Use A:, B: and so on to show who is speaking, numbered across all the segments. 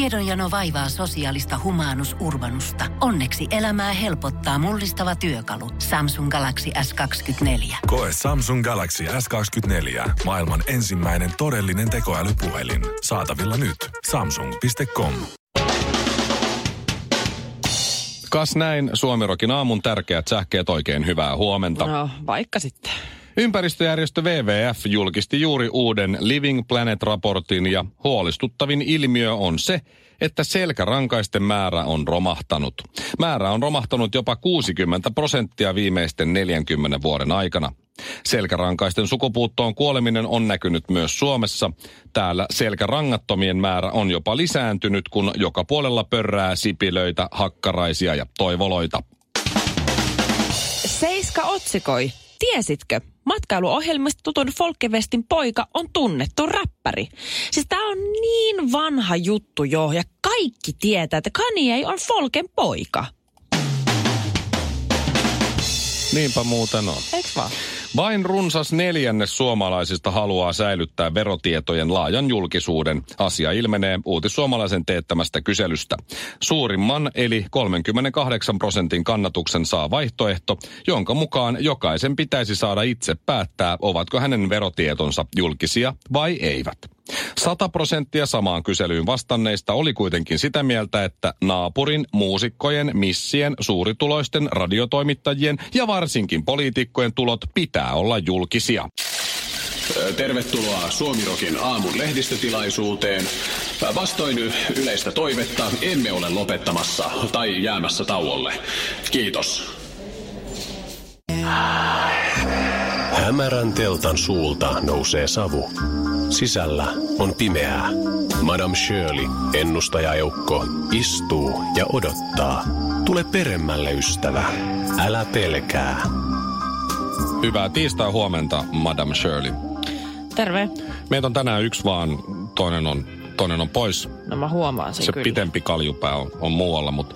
A: Tiedonjano vaivaa sosiaalista humanus urbanusta. Onneksi elämää helpottaa mullistava työkalu. Samsung Galaxy S24.
B: Koe Samsung Galaxy S24. Maailman ensimmäinen todellinen tekoälypuhelin. Saatavilla nyt. Samsung.com.
C: Kas näin Suomirokin aamun tärkeät sähkeet oikein hyvää huomenta.
D: No, vaikka sitten.
C: Ympäristöjärjestö WWF julkisti juuri uuden Living Planet-raportin ja huolestuttavin ilmiö on se, että selkärankaisten määrä on romahtanut. Määrä on romahtanut jopa 60 prosenttia viimeisten 40 vuoden aikana. Selkärankaisten sukupuuttoon kuoleminen on näkynyt myös Suomessa. Täällä selkärangattomien määrä on jopa lisääntynyt, kun joka puolella pörrää sipilöitä, hakkaraisia ja toivoloita.
D: Seiska otsikoi. Tiesitkö? Matkailuohjelmista tutun Folkevestin poika on tunnettu räppäri. Siis tää on niin vanha juttu jo ja kaikki tietää, että Kanye on Folken poika.
C: Niinpä muuten on.
D: Eiks vaan?
C: Vain runsas neljännes suomalaisista haluaa säilyttää verotietojen laajan julkisuuden. Asia ilmenee uutissuomalaisen teettämästä kyselystä. Suurimman eli 38 prosentin kannatuksen saa vaihtoehto, jonka mukaan jokaisen pitäisi saada itse päättää, ovatko hänen verotietonsa julkisia vai eivät. 100 prosenttia samaan kyselyyn vastanneista oli kuitenkin sitä mieltä, että naapurin, muusikkojen, missien, suurituloisten, radiotoimittajien ja varsinkin poliitikkojen tulot pitää olla julkisia.
E: Tervetuloa Suomirokin aamun lehdistötilaisuuteen. Vastoin yleistä toivetta emme ole lopettamassa tai jäämässä tauolle. Kiitos.
F: Hämärän teltan suulta nousee savu. Sisällä on pimeää. Madame Shirley, ennustajaeukko, istuu ja odottaa. Tule peremmälle, ystävä. Älä pelkää.
C: Hyvää tiistai huomenta, Madame Shirley.
D: Terve.
C: Meitä on tänään yksi vaan, toinen on, toinen on pois.
D: No mä huomaan sen
C: Se
D: kyllä.
C: pitempi kaljupää on, on muualla, mutta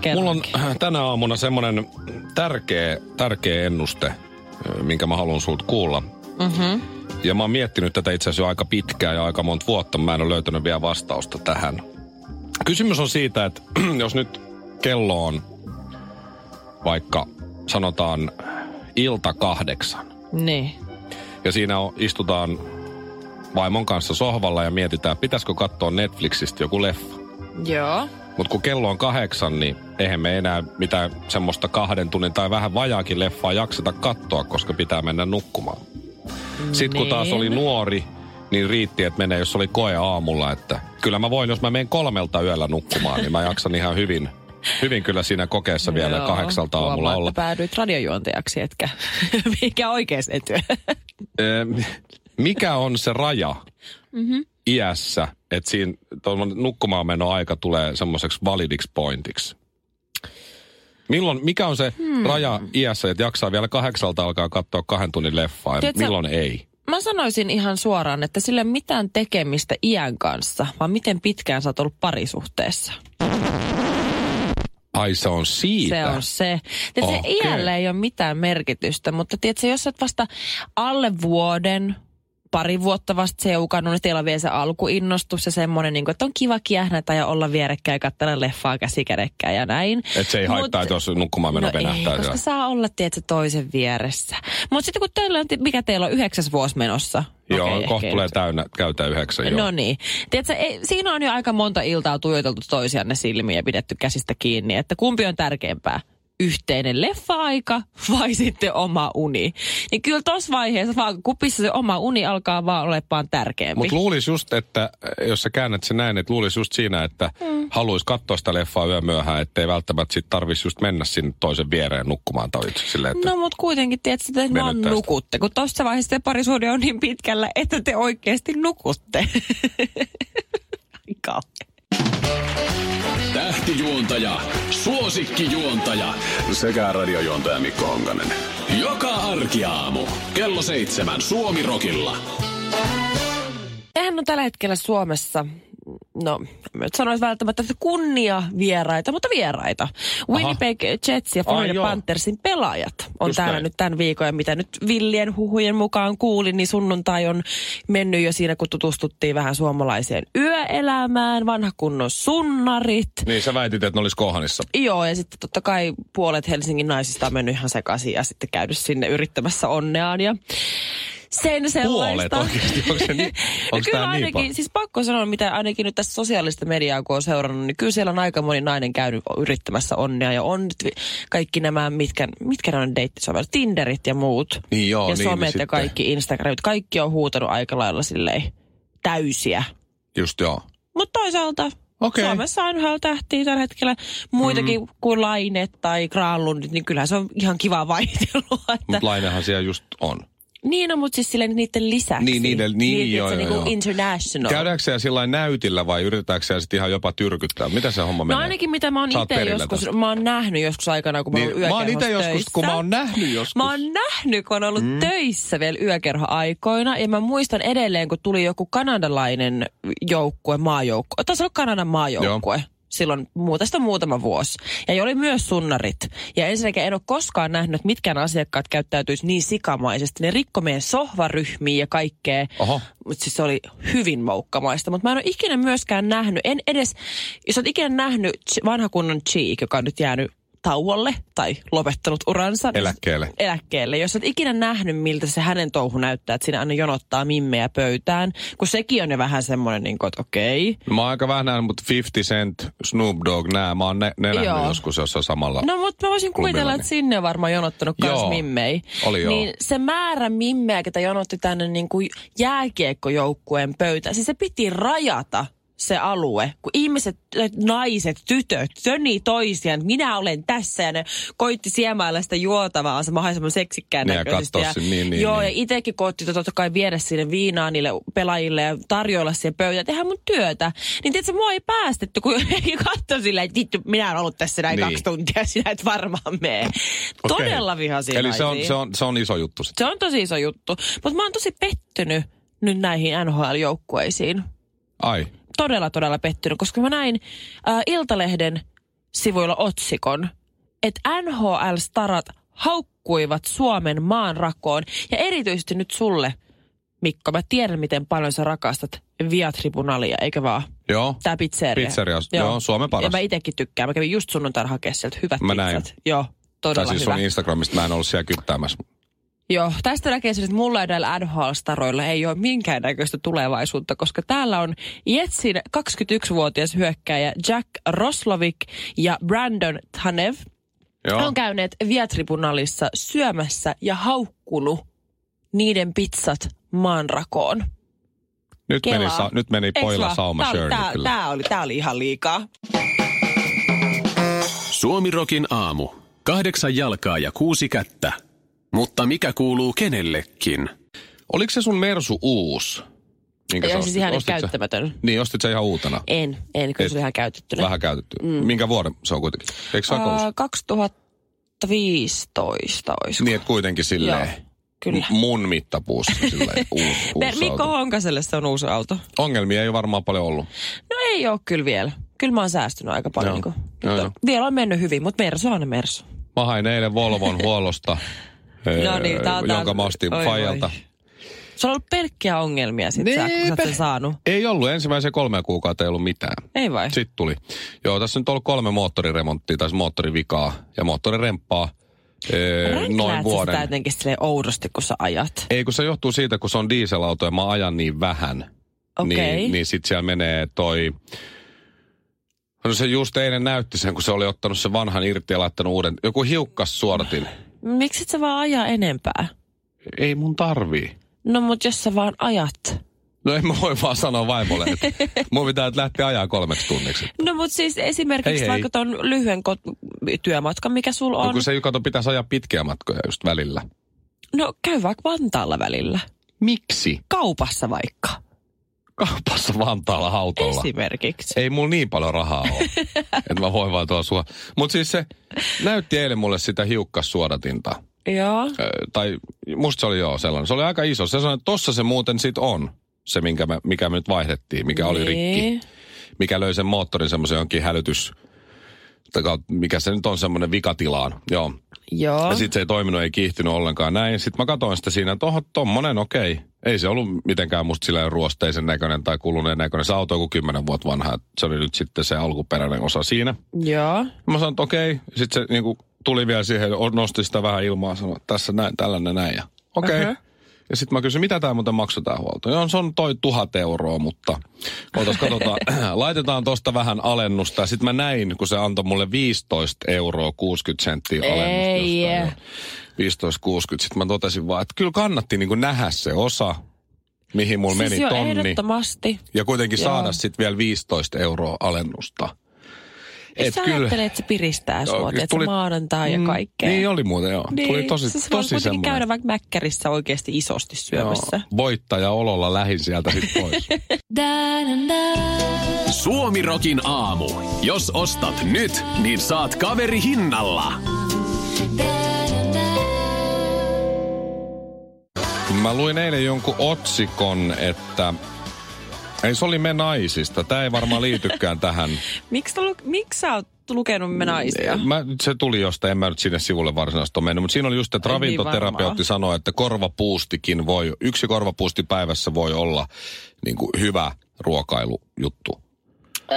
D: Kerrankin.
C: mulla on tänä aamuna semmoinen tärkeä, tärkeä ennuste, minkä mä haluan sulta kuulla.
D: Mm-hmm.
C: Ja mä oon miettinyt tätä itse asiassa jo aika pitkään ja aika monta vuotta. Mä en ole löytänyt vielä vastausta tähän. Kysymys on siitä, että jos nyt kello on vaikka sanotaan ilta kahdeksan.
D: Niin.
C: Ja siinä on, istutaan vaimon kanssa sohvalla ja mietitään, pitäisikö katsoa Netflixistä joku leffa.
D: Joo.
C: Mutta kun kello on kahdeksan, niin eihän me enää mitään semmoista kahden tunnin tai vähän vajaakin leffaa jakseta katsoa, koska pitää mennä nukkumaan. Sitten kun taas
D: Niin.
C: oli nuori, niin riitti, että menee, jos oli koe aamulla, että kyllä mä voin, jos mä menen kolmelta yöllä nukkumaan, niin mä jaksan ihan hyvin, hyvin kyllä siinä kokeessa vielä
D: Joo.
C: kahdeksalta aamulla
D: Huomaa,
C: olla.
D: että päädyit radiojuontajaksi, etkä mikä oikees etyö.
C: Ö, mikä on se raja
D: Mm-hmm.
C: iässä, että siinä tuommoinen nukkumaan meno aika tulee semmoiseksi validiksi pointiksi? Milloin, mikä on se
D: Hmm.
C: raja iässä, että jaksaa vielä kahdeksalta alkaa katsoa kahden tunnin leffaa ja
D: Tiedätkö-
C: milloin ei?
D: Mä sanoisin ihan suoraan, että sillä ei ole mitään tekemistä iän kanssa, vaan miten pitkään sä oot ollut parisuhteessa.
C: Ai se on siitä.
D: Se on se. Tiedätkö,
C: Okei.
D: okay. iällä ei ole mitään merkitystä, mutta tiedätkö, jos sä oot vasta alle vuoden, pari vuotta vasta seukannut, niin teillä on vielä se alkuinnostus ja semmoinen, niin kuin, että on kiva kiähnätä ja olla vierekkäin ja katsella leffaa käsikädekkäin ja näin.
C: Että se ei
D: Mut- No
C: haittaa, että jos nukkumaan meno venähtää.
D: ei, koska
C: siellä.
D: saa olla, tiedätkö, toisen vieressä. Mutta sitten kun teillä on, mikä teillä on yhdeksäs vuosi menossa?
C: Joo,
D: Okei,
C: okay, kohta
D: ehkä
C: tulee
D: nyt.
C: täynnä, käytä yhdeksän. Joo.
D: No niin. Tiedätkö, ei, siinä on jo aika monta iltaa tuijoteltu toisianne silmiä ja pidetty käsistä kiinni, että kumpi on tärkeämpää? yhteinen leffa-aika vai sitten oma uni. Niin kyllä tuossa vaiheessa vaan kupissa se oma uni alkaa vaan olemaan tärkeämpi.
C: Mutta luulisi just, että eh, jos sä käännät sen näin, että luulisi just siinä, että mm. haluaisi katsoa sitä leffaa yömyöhään, ettei välttämättä sit tarvitsisi just mennä sinne toisen viereen nukkumaan tai itse silleen, että
D: No mutta kuitenkin tiedätkö, että te vaan
C: Venyttää sitä.
D: nukutte, kun tuossa vaiheessa te parisuhde on niin pitkällä, että te oikeasti nukutte. Ai kauhea.
E: Tähtijuontaja, suosikkijuontaja sekä radiojuontaja Mikko Honkanen. Joka arkiaamu kello seitsemän Suomirokilla.
D: Nehän on tällä hetkellä Suomessa, no sanoisi välttämättä että kunnia vieraita, mutta vieraita. Winnipeg Jets ja Florida
C: joo.
D: Panthersin pelaajat on
C: Just
D: täällä
C: näin.
D: nyt tämän viikon. Ja mitä nyt villien huhujen mukaan kuulin, niin sunnuntai on mennyt jo siinä, kun tutustuttiin vähän suomalaiseen yöelämään, vanha kunnon sunnarit.
C: Niin sä väitit, että ne olisi kohanissa.
D: Joo, ja sitten totta kai puolet Helsingin naisista on mennyt ihan sekaisin ja sitten käynyt sinne yrittämässä onneaan ja sen
C: Puolet
D: sellaista.
C: oikeasti, onko se niin?
D: No
C: Onko
D: kyllä
C: tää niin
D: ainakin,
C: paljon?
D: siis pakko sanoa, mitä ainakin nyt tässä sosiaalista mediaa kun on seurannut, niin kyllä siellä on aika moni nainen käynyt yrittämässä onnea ja on nyt vi- kaikki nämä, mitkä, mitkä nämä on deittisovellukset, Tinderit ja muut.
C: Niin joo,
D: ja
C: niin,
D: somet
C: niin
D: ja kaikki Instagramit, kaikki on huutanut aika lailla silleen täysiä.
C: Just joo.
D: Mutta toisaalta
C: Okei.
D: Suomessa on yhä tähtiä tällä hetkellä muitakin mm. kuin Laine tai Granlundit, niin kyllähän se on ihan kiva vaihtelua. Että...
C: Mutta lainehan siellä just on.
D: Niin on, mutta siis silleen niiden lisäksi.
C: Niin, niiden- niin,
D: että
C: joo,
D: se
C: joo,
D: niinku
C: joo. No.
D: international.
C: Käydäänkö siellä sillä näytillä vai yritetäänkö siellä sitten ihan jopa tyrkyttää? Mitä se homma menee?
D: No ainakin mitä mä oon
C: Sä oot
D: itse
C: perillä
D: joskus,
C: tästä.
D: mä oon nähnyt joskus aikana, kun mä oon
C: Niin,
D: ollut
C: mä oon
D: yökerhossa
C: itse joskus, kun
D: töissä.
C: mä oon nähnyt joskus.
D: Mä oon nähnyt, kun on ollut mm. töissä vielä yökerhoaikoina. Ja mä muistan edelleen, kun tuli joku kanadalainen joukkue, maajoukkue. Taisi olla Kanadan maajoukkue. silloin muutesta muutama vuosi. Ja jo oli myös sunnarit. Ja ensinnäkin en ole koskaan nähnyt, että mitkään asiakkaat käyttäytyisi niin sikamaisesti. Ne rikko meidän sohvaryhmiä ja kaikkea.
C: Oho.
D: Mutta siis se oli hyvin moukkamaista. Mutta mä en ole ikinä myöskään nähnyt, en edes, jos olet ikinä nähnyt Ch- vanhakunnan Cheek, joka on nyt jäänyt tauolle tai lopettanut uransa. niin-
C: Eläkkeelle.
D: Eläkkeelle. Jos et ikinä nähnyt, miltä se hänen touhu näyttää, että siinä aina jonottaa mimmejä pöytään, kun sekin on jo vähän semmoinen, niin kuin, että okei.
C: No, Mä oon aika vähän nähnyt, mutta 50 Cent, Snoop Dogg, nää. Mä oon ne, ne nähnyt
D: Joo.
C: joskus jossain samalla.
D: No mutta mä voisin
C: Klubilla,
D: kuvitella,
C: niin.
D: että sinne on varmaan jonottanut
C: Joo.
D: myös mimmei.
C: Oli joo.
D: Niin se määrä mimmejä, ketä jonotti tänne niin kuin jääkiekkojoukkueen pöytään, siis se piti rajata se alue, kun ihmiset, äh, naiset, tytöt, söni toisiaan, että minä olen tässä ja ne koitti siemailla sitä juotavaa se mahdollisimman seksikkään
C: Niin, ja
D: näköisesti.
C: kattoo sen, niin, niin,
D: joo,
C: niin.
D: ja itsekin koitti tota totta kai viedä sinne viinaa niille pelaajille ja tarjoilla siihen pöytään, tehdä mun työtä. Niin tiedätkö, mua ei päästetty, kun katsoi silleen, että vittu, minä olen ollut tässä näin
C: Niin.
D: niin. kaksi tuntia, sinä et varmaan mene.
C: Okei.
D: Todella vihaisia
C: Eli se on,
D: naisia.
C: se, on, se on iso juttu sitten.
D: se on tosi iso juttu. Mutta mä oon tosi pettynyt nyt näihin NHL-joukkueisiin.
C: Ai,
D: Todella, todella pettynyt, koska mä näin äh, Iltalehden sivuilla otsikon, että NHL-starat haukkuivat Suomen maan rakoon. Ja erityisesti nyt sulle, Mikko, mä tiedän, miten paljon sä rakastat Via Tribunalia, eikö vaan?
C: joo.
D: Tää pizzeria.
C: Pizzeria, joo, Suomen paras.
D: Ja mä itekin tykkään. Mä kävin just sunnuntaina hakea sieltä hyvät
C: Mä
D: pizzat.
C: näin.
D: Joo,
C: Tai
D: todella
C: siis
D: hyvä.
C: sun Instagramista mä en ollut siellä kyttäämässä.
D: Joo, tästä näkee sen, että mulla ja näillä NHL-staroilla ei ole minkäännäköistä tulevaisuutta, koska täällä on Jetsin 21-vuotias hyökkääjä Jack Roslovik ja Brandon Tanev.
C: Joo.
D: On käyneet Vietribunalissa syömässä ja haukkunut niiden pizzat maanrakoon.
C: Nyt
D: Kelaa.
C: meni, sa, nyt meni
D: Eiks
C: poilla
D: vaan?
C: sauma
D: Tää oli-
C: Shirley
D: tää-
C: kyllä.
D: tää oli, tää oli ihan liikaa.
E: Suomirokin aamu. Kahdeksan jalkaa ja kuusi kättä. Mutta mikä kuuluu kenellekin?
C: Oliko se sun Mersu uus? Minkä
D: Ja
C: sä
D: siis ihan nyt
C: sä-
D: käyttämätön.
C: Niin, ostit sä ihan uutena?
D: En, en, kyllä se oli ihan käytettynä.
C: Vähän käytetty.
D: Mm.
C: Minkä vuoden se on kuitenkin? Eikö se ole
D: Äh,
C: kous?
D: 2015 olisiko.
C: Niin, että kuitenkin silleen.
D: Joo, kyllä.
C: m- Mun mittapuussa silleen uusi,
D: Me,
C: uusi
D: Mikko
C: auto.
D: Honkaselle se on uusi auto.
C: Ongelmia ei varmaan paljon ollut.
D: No ei ole kyllä vielä. Kyllä mä oon säästynyt aika paljon.
C: Joo.
D: Niin kuin,
C: Joo,
D: mutta
C: joo.
D: Vielä on mennyt hyvin, mutta Mersu on aina Mersu.
C: Mä hain eilen Volvon huollosta, eh,
D: No niin, tää on- tää
C: Öö, jonka
D: on-
C: mä ostin
D: oi,
C: Fajalta.
D: voi. Se on ollut pelkkiä ongelmia sitten, sä, kun sä oot
C: Niinpä.
D: sen saanut.
C: Ei ollut, ensimmäisen kolme kuukautta ei ollut mitään.
D: Ei vai?
C: Sitten tuli. Joo, tässä on ollut kolme moottoriremonttia, tai siis moottorivikaa ja moottoriremppaa ee, noin
D: Räkläät sä
C: vuoden.
D: sitä jotenkin silleen oudosti, kun sä ajat.
C: Ei, kun se johtuu siitä, kun se on dieselauto ja mä ajan niin vähän.
D: Okei.
C: Niin, niin sit siellä menee toi... No se just eilen näytti sen, kun se oli ottanut sen vanhan irti ja laittanut uuden. Joku hiukkas suodatin.
D: Miksi et sä vaan ajaa enempää?
C: Ei mun tarvii.
D: No mut jos sä vaan ajat.
C: No en mä voi vaan sanoa vaimolle, että mun pitää nyt lähteä ajaa kolmeksi tunniksi.
D: No mut siis
C: Hei,
D: esimerkiksi
C: hei.
D: vaikka ton lyhyen kot- työmatkan, mikä sul on.
C: No kun se kato, pitäisi ajaa pitkiä matkoja just välillä.
D: No käy vaikka Vantaalla välillä.
C: Miksi?
D: Kaupassa vaikka.
C: Kaupassa Vantaalla autolla.
D: Esimerkiksi.
C: Ei mulla niin paljon rahaa ole, että mä voin vaan tuolla sua. Mutta siis se näytti eilen mulle sitä hiukkassuodatinta.
D: Joo.
C: Ö, tai musta se oli joo sellainen. Se oli aika
D: Niin.
C: iso. Se sanoi, että tossa se muuten sit on. Se, minkä me, mikä me nyt vaihdettiin, mikä oli rikki. mikä löi sen moottorin semmoisen jonkin hälytys, tai mikä se nyt on semmoinen vikatilaan, joo.
D: Joo.
C: Ja sitten se ei toiminut, ei kiihtynyt ollenkaan näin. Sitten mä katsoin sitä siinä, että oho, tommonen, okei. Okay. Ei se ollut mitenkään musta sillä ruosteisen näköinen tai kuluneen näköinen. Se auto on kuin 10 vuotta vanha. et Se oli nyt sitten se alkuperäinen osa siinä.
D: Joo.
C: Mä sanoin, että okei. Okay. Sitten se niinku, tuli vielä siihen, nosti sitä vähän ilmaa ja sanoi, että tässä näin, tällainen näin. Ja okei. Okay.
D: Ähä.
C: Ja sitten mä kysyin, mitä tämä muuten maksaa tämä huolto? Joo, se on toi tuhat euroa, mutta ootas, katsotaan, laitetaan tosta vähän alennusta. Ja sitten mä näin, kun se antoi mulle 15 euroa 60 senttiä alennusta.
D: Ei.
C: jostain. Joo. 15.60. Sitten mä totesin vaan, että kyllä kannatti niin kuin nähdä se osa, mihin mulla
D: Siis
C: meni
D: jo
C: tonni.
D: ehdottomasti.
C: Ja kuitenkin
D: Joo.
C: saada sitten vielä 15 euroa alennusta.
D: Et sä kyllä. ajattelet, että se piristää
C: Joo,
D: sua,
C: kyllä
D: että tuli... maanantai ja
C: Mm,
D: kaikkea.
C: Niin oli muuten, joo. Niin, tuli tosi,
D: siis voi
C: tosi
D: kuitenkin
C: semmoinen.
D: käydä vaikka mäkkärissä oikeasti isosti syömässä.
C: Joo, voittaja ololla lähin sieltä sitten pois.
E: Suomirokin aamu. Jos ostat nyt, niin saat kaveri hinnalla.
C: Mä luin eilen jonkun otsikon, että... Ei, se oli me naisista. Tämä ei varmaan liitykään tähän.
D: Miksi lu- miksi sä oot lukenut me naisia?
C: Niin. Mä, se tuli jostain, en mä nyt sinne sivulle varsinaisesti ole mennyt, mutta siinä oli just, että
D: Ei niin
C: ravintoterapeutti
D: varmaan.
C: sanoi, että korvapuustikin voi, yksi korvapuusti päivässä voi olla niin kuin hyvä ruokailujuttu.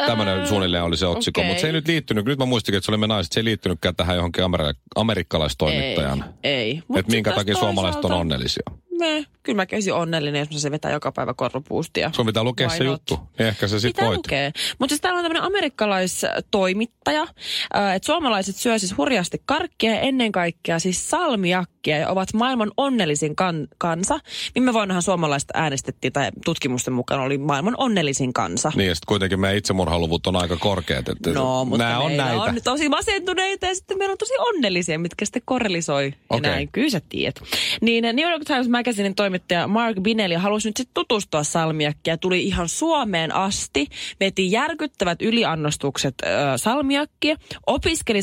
C: Tämmöinen suunnilleen oli se otsikko,
D: okei.
C: mutta se ei nyt liittynyt, nyt mä muistin, että se oli me naiset, se ei liittynytkään tähän johonkin ameri- amerikkalaistoimittajan.
D: Ei, ei. Mut
C: Että
D: sit
C: minkä
D: taas
C: takia suomalaiset on
D: toisaalta-
C: onnellisia.
D: Me, kyllä mäkin olisin onnellinen, jos mä se vetää joka päivä korvapuustia.
C: Sun pitää lukea
D: Why
C: se
D: not?
C: juttu, niin ehkä se sit
D: Pitää
C: voit.
D: lukea. Mutta siis täällä on tämmöinen amerikkalaistoimittaja, ää, että suomalaiset syö siis hurjasti karkkia ja ennen kaikkea siis salmiakkia ja ovat maailman onnellisin kan- kansa. Viime vuonnahan suomalaiset äänestettiin tai tutkimusten mukaan oli maailman onnellisin kansa.
C: Niin, ja sitten kuitenkin meidän itsemurhaluvut on aika korkeat. Että
D: No, mutta
C: nää on
D: meillä
C: näitä.
D: on tosi masentuneita ja sitten meillä on tosi onnellisia, mitkä sitten korrelisoi.
C: Okei.
D: Okay. Näin, kyllä sä tiedät. Niin ä, New York Times Magazinein toimittaja Mark Binelli halusi nyt sitten tutustua salmiakkiin ja tuli ihan Suomeen asti. Veti järkyttävät yliannostukset äh, salmiakkia, opiskeli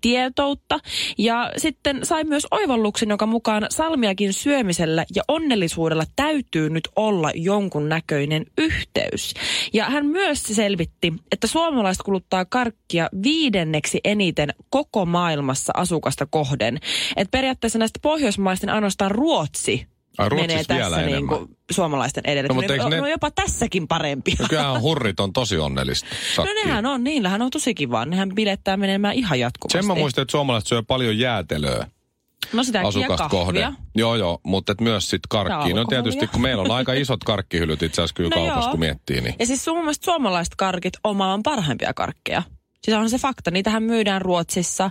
D: salmiakkitietoutta ja sitten sai myös oivalluksen, joka mukaan salmiakin syömisellä ja onnellisuudella täytyy nyt olla jonkun näköinen yhteys. Ja hän myös selvitti, että suomalaiset kuluttaa karkkia viidenneksi eniten koko maailmassa asukasta kohden. Et periaatteessa näistä pohjoismaisten ainoastaan Ruotsi
C: Ai, Ruotsissa
D: menee tässä
C: vielä
D: niinku suomalaisten edelle.
C: No, mutta
D: ne,
C: eikö ne-
D: ne... on jopa tässäkin parempia.
C: No kyllähän hurrit on tosi onnellista.
D: No
C: sakkiin.
D: nehän on, niillähän on tosi kivaa. Nehän bilettää menemään ihan jatkuvasti.
C: Sen mä muistan, että suomalaiset syö paljon jäätelöä
D: no sitä
C: asukasta kohden. Joo, joo, mutta et myös sit karkkiin. No
D: Alkoholia.
C: tietysti, kun meillä on aika isot karkkihyllyt itse asiassa kyllä
D: No
C: kaupassa,
D: joo.
C: kun miettii, niin
D: Ja siis sun mielestä suomalaiset karkit on maailman parhaimpia karkkeja. Siis on se fakta, niitähän myydään Ruotsissa,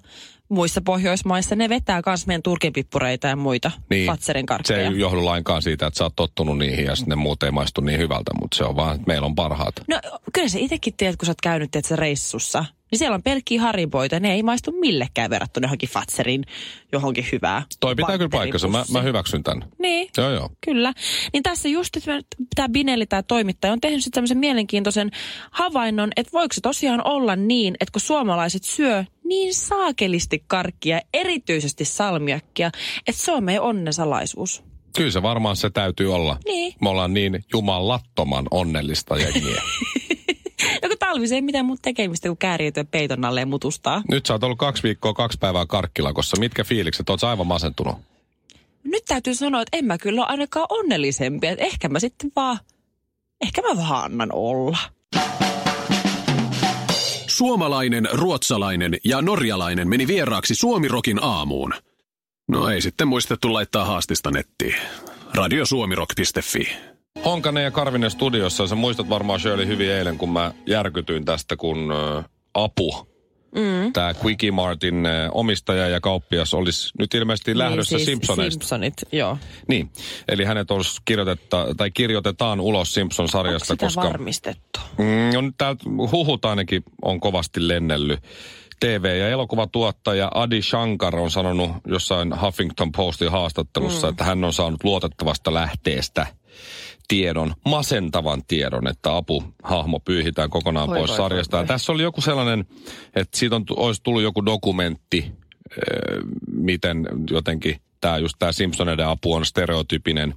D: muissa Pohjoismaissa. Ne vetää myös meidän turkinpippureita ja muita
C: Niin.
D: niin. Fatserin
C: se
D: karkkeja.
C: ei johdu lainkaan siitä, että sä oot tottunut niihin ja sitten ne muut ei maistu niin hyvältä, mutta se on vaan, että meillä on parhaat.
D: No kyllä sä itsekin tiedät, kun sä oot käynyt tiedät, sä reissussa. Niin siellä on pelkkiä hariboita, ne ei maistu millekään verrattuna johonkin Fatserin johonkin hyvää.
C: Toi pitää kyllä paikkansa, mä, mä hyväksyn tämän.
D: Niin.
C: Joo, joo.
D: Kyllä. Niin tässä just, että tämä Binelli, tämä toimittaja, on tehnyt sitten tämmöisen mielenkiintoisen havainnon, että voiko se tosiaan olla niin, että kun suomalaiset syö niin saakelisti karkkia, erityisesti salmiakkia, että se on meidän onnen salaisuus.
C: Kyllä se varmaan se täytyy olla.
D: Niin.
C: Me ollaan niin jumalattoman onnellista jengiä.
D: Joku talvi, se ei mitään muuta tekemistä kuin kääriytyä peiton alle ja mutustaa.
C: Nyt sä oot ollut kaksi viikkoa, kaksi päivää karkkilakossa. Mitkä fiilikset? Oot sä aivan masentunut?
D: Nyt täytyy sanoa, että en mä kyllä ole ainakaan onnellisempi. Että ehkä mä sitten vaan, ehkä mä vaan annan olla.
E: Suomalainen, ruotsalainen ja norjalainen meni vieraaksi Suomirokin aamuun. No ei sitten muistettu laittaa haastista nettiin. Radiosuomirok.fi
C: Honkanen ja Karvinen studiossa. Sä muistat varmaan Shirley hyvin eilen, kun mä järkytyin tästä, kun ä, apu. Mm. Tämä Quickie Martin ä, omistaja ja kauppias olisi nyt ilmeisesti lähdössä
D: niin, siis
C: Simpsoneista.
D: Simpsonit, joo.
C: Niin, eli hänet olisi kirjoitetta, tai kirjoitetaan ulos
D: Onko
C: Simpson-sarjasta,
D: sitä
C: koska...
D: varmistettu?
C: Mm, on täältä huhut ainakin on kovasti lennellyt. TV- ja elokuvatuottaja Adi Shankar on sanonut jossain Huffington Postin haastattelussa, mm. että hän on saanut luotettavasta lähteestä tiedon, masentavan tiedon, että apuhahmo pyyhitään kokonaan
D: Voi,
C: pois
D: voi,
C: sarjasta.
D: voi,
C: Ja
D: voi.
C: Tässä oli joku sellainen, että siitä on, olisi tullut joku dokumentti, ö, miten jotenkin tämä just tämä Simpsoneiden apu on stereotypinen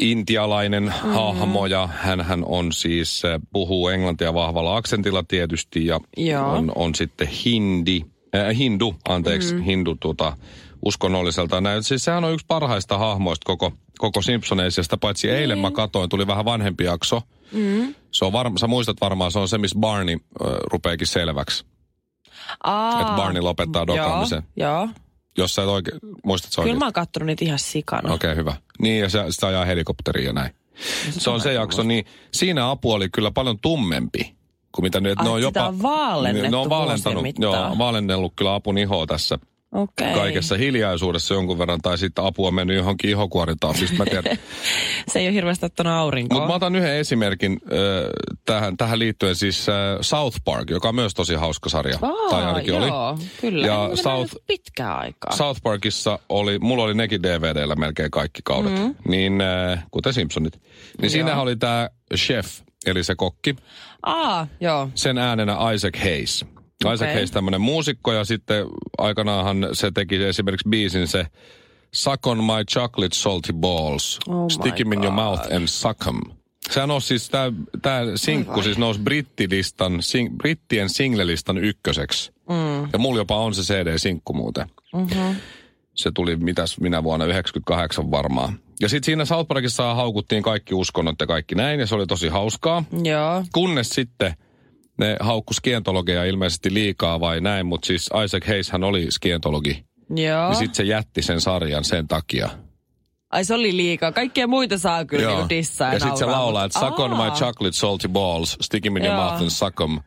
C: intialainen mm-hmm. hahmo ja hän on siis, äh, puhuu englantia vahvalla aksentilla tietysti ja
D: Joo.
C: on, on sitten hindi, äh, hindu, anteeksi, mm-hmm. hindu tuota, uskonnolliselta. Näin, siis sehän on yksi parhaista hahmoista koko, koko Simpsoneisesta, paitsi niin. eilen mä katoin, tuli vähän vanhempi jakso. Mm-hmm. Se on varma, sä muistat varmaan, se on se, missä Barney äh, rupeekin selväksi,
D: Aa,
C: että Barney lopettaa dokaamisen.
D: Joo, joo.
C: Jos sä et oikein, muistat se
D: Kyllä
C: oikein?
D: mä oon kattonut niitä ihan sikana.
C: Okei, okay, hyvä. Niin, ja se, sitä ajaa helikopteriin ja näin.
D: No
C: Se on se jakso, niin siinä apu oli kyllä paljon tummempi kuin mitä nyt. että Ne
D: Ai,
C: on
D: sitä
C: jopa,
D: on vaalennettu
C: ne- ne on vaalentanut,
D: vuosien mittaan.
C: joo, vaalennellut kyllä apun ihoa tässä
D: Okei.
C: kaikessa hiljaisuudessa jonkun verran, tai sitten apu on mennyt johonkin ihokuorintaan, mistä mä tiedän.
D: Se ei ole hirveästi ottanut aurinkoa.
C: Mutta mä otan yhden esimerkin äh, tähän, tähän liittyen, siis äh, South Park, joka on myös tosi hauska sarja.
D: Aa,
C: tai ainakin
D: joo,
C: oli.
D: Kyllä,
C: Ja
D: ja South...
C: South-
D: pitkää aikaa.
C: South Parkissa oli, mulla oli nekin DVDllä melkein kaikki kaudet, mm. niin äh, kuten Simpsonit. Niin Joo. siinähän oli tämä chef, eli se kokki,
D: Aa, joo.
C: sen äänenä Isaac Hayes. Isaac
D: Okei.
C: okay. Hayes tämmöinen muusikko ja sitten aikanaanhan se teki esimeriksi biisin se Suck on my chocolate salty balls,
D: Oh my
C: stick 'em in your
D: God.
C: mouth and suck 'em. Sehän on siis, tämä sinkku siis nousi brittilistan, sing, brittien singlelistan ykköseksi. Mm. Ja mulla jopa on se CD-sinkku muuten
D: Mm-hmm.
C: se tuli mitäs minä vuonna 98 varmaan. Ja sitten siinä South Parkissa haukuttiin kaikki uskonnot ja kaikki näin, ja se oli tosi hauskaa.
D: Joo.
C: Kunnes sitten ne haukku skientologeja ilmeisesti liikaa vai näin, mutta siis Isaac Hayes hän oli skientologi.
D: Joo.
C: Niin sitten se jätti sen sarjan sen takia.
D: Ai se oli liikaa. Kaikkea muita saa kyllä
C: Joo.
D: niinku dissaa ja,
C: ja sitten se
D: nauraa,
C: laulaa,
D: mut-
C: että suck on my
D: Aa.
C: chocolate salty balls, stick 'em in your
D: Joo.
C: mouth and suck 'em.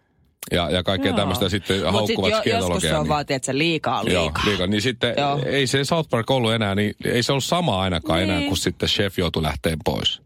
C: Ja, ja kaikkea
D: Joo.
C: tämmöistä ja sitten
D: Mut sit
C: haukkuvat
D: jo- Joskus
C: skientologeja.
D: se on
C: niin-
D: vaan, että liikaa liikaa.
C: Joo, liikaa. Niin sitten
D: Joo.
C: Joo. ei se South Park ollut enää, niin ei se ollut sama ainakaan
D: Niin.
C: niin. enää, kun sitten chef joutui lähteen pois.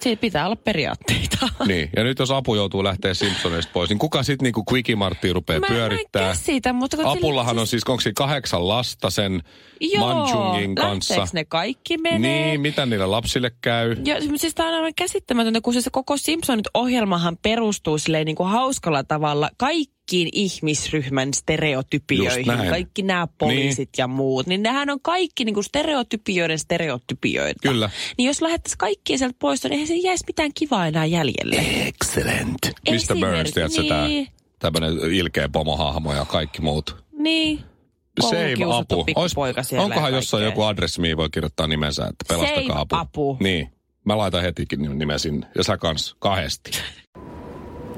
D: Siitä pitää olla periaatteita.
C: niin, ja nyt jos Apu joutuu lähteä Simpsoneista pois, niin kuka sitten niinku Quickie Marttia rupeaa
D: Mä- mä en
C: pyörittää?
D: käsitä, mutta kun
C: Apullahan
D: sillä-
C: on siis, onko siinä kahdeksan lasta sen
D: Joo,
C: Manchungin
D: lähteekö
C: kanssa?
D: ne kaikki menee?
C: Niin, mitä niille lapsille käy?
D: Ja siis tämä on aivan käsittämätöntä, kun siis koko Simpsonit-ohjelmahan perustuu silleen niin kuin hauskalla tavalla kaikkiin ihmisryhmän stereotypioihin.
C: Just näin.
D: Kaikki nämä poliisit niin. ja muut, niin nehän on kaikki niin kuin stereotypioiden stereotypioita.
C: Kyllä.
D: Niin jos lähettäisiin kaikki sieltä pois, niin eihän se jäisi mitään kivaa enää jäljelle.
C: Excellent. Mistä Burns,
D: Esimerkki,
C: tiedätkö, niin. tämä
D: niin.
C: tämmöinen ilkeä pomohahmo ja kaikki muut.
D: Niin.
C: Save
D: Koulukiusattu
C: apu.
D: pikkupoika siellä ja
C: onkohan jossain
D: kaikkea.
C: joku adressi, mihin voi kirjoittaa nimensä, että pelastakaa
D: Save
C: apu.
D: apu.
C: Niin. Mä laitan hetikin nim- nimen sinne. Ja sä kans kahdesti.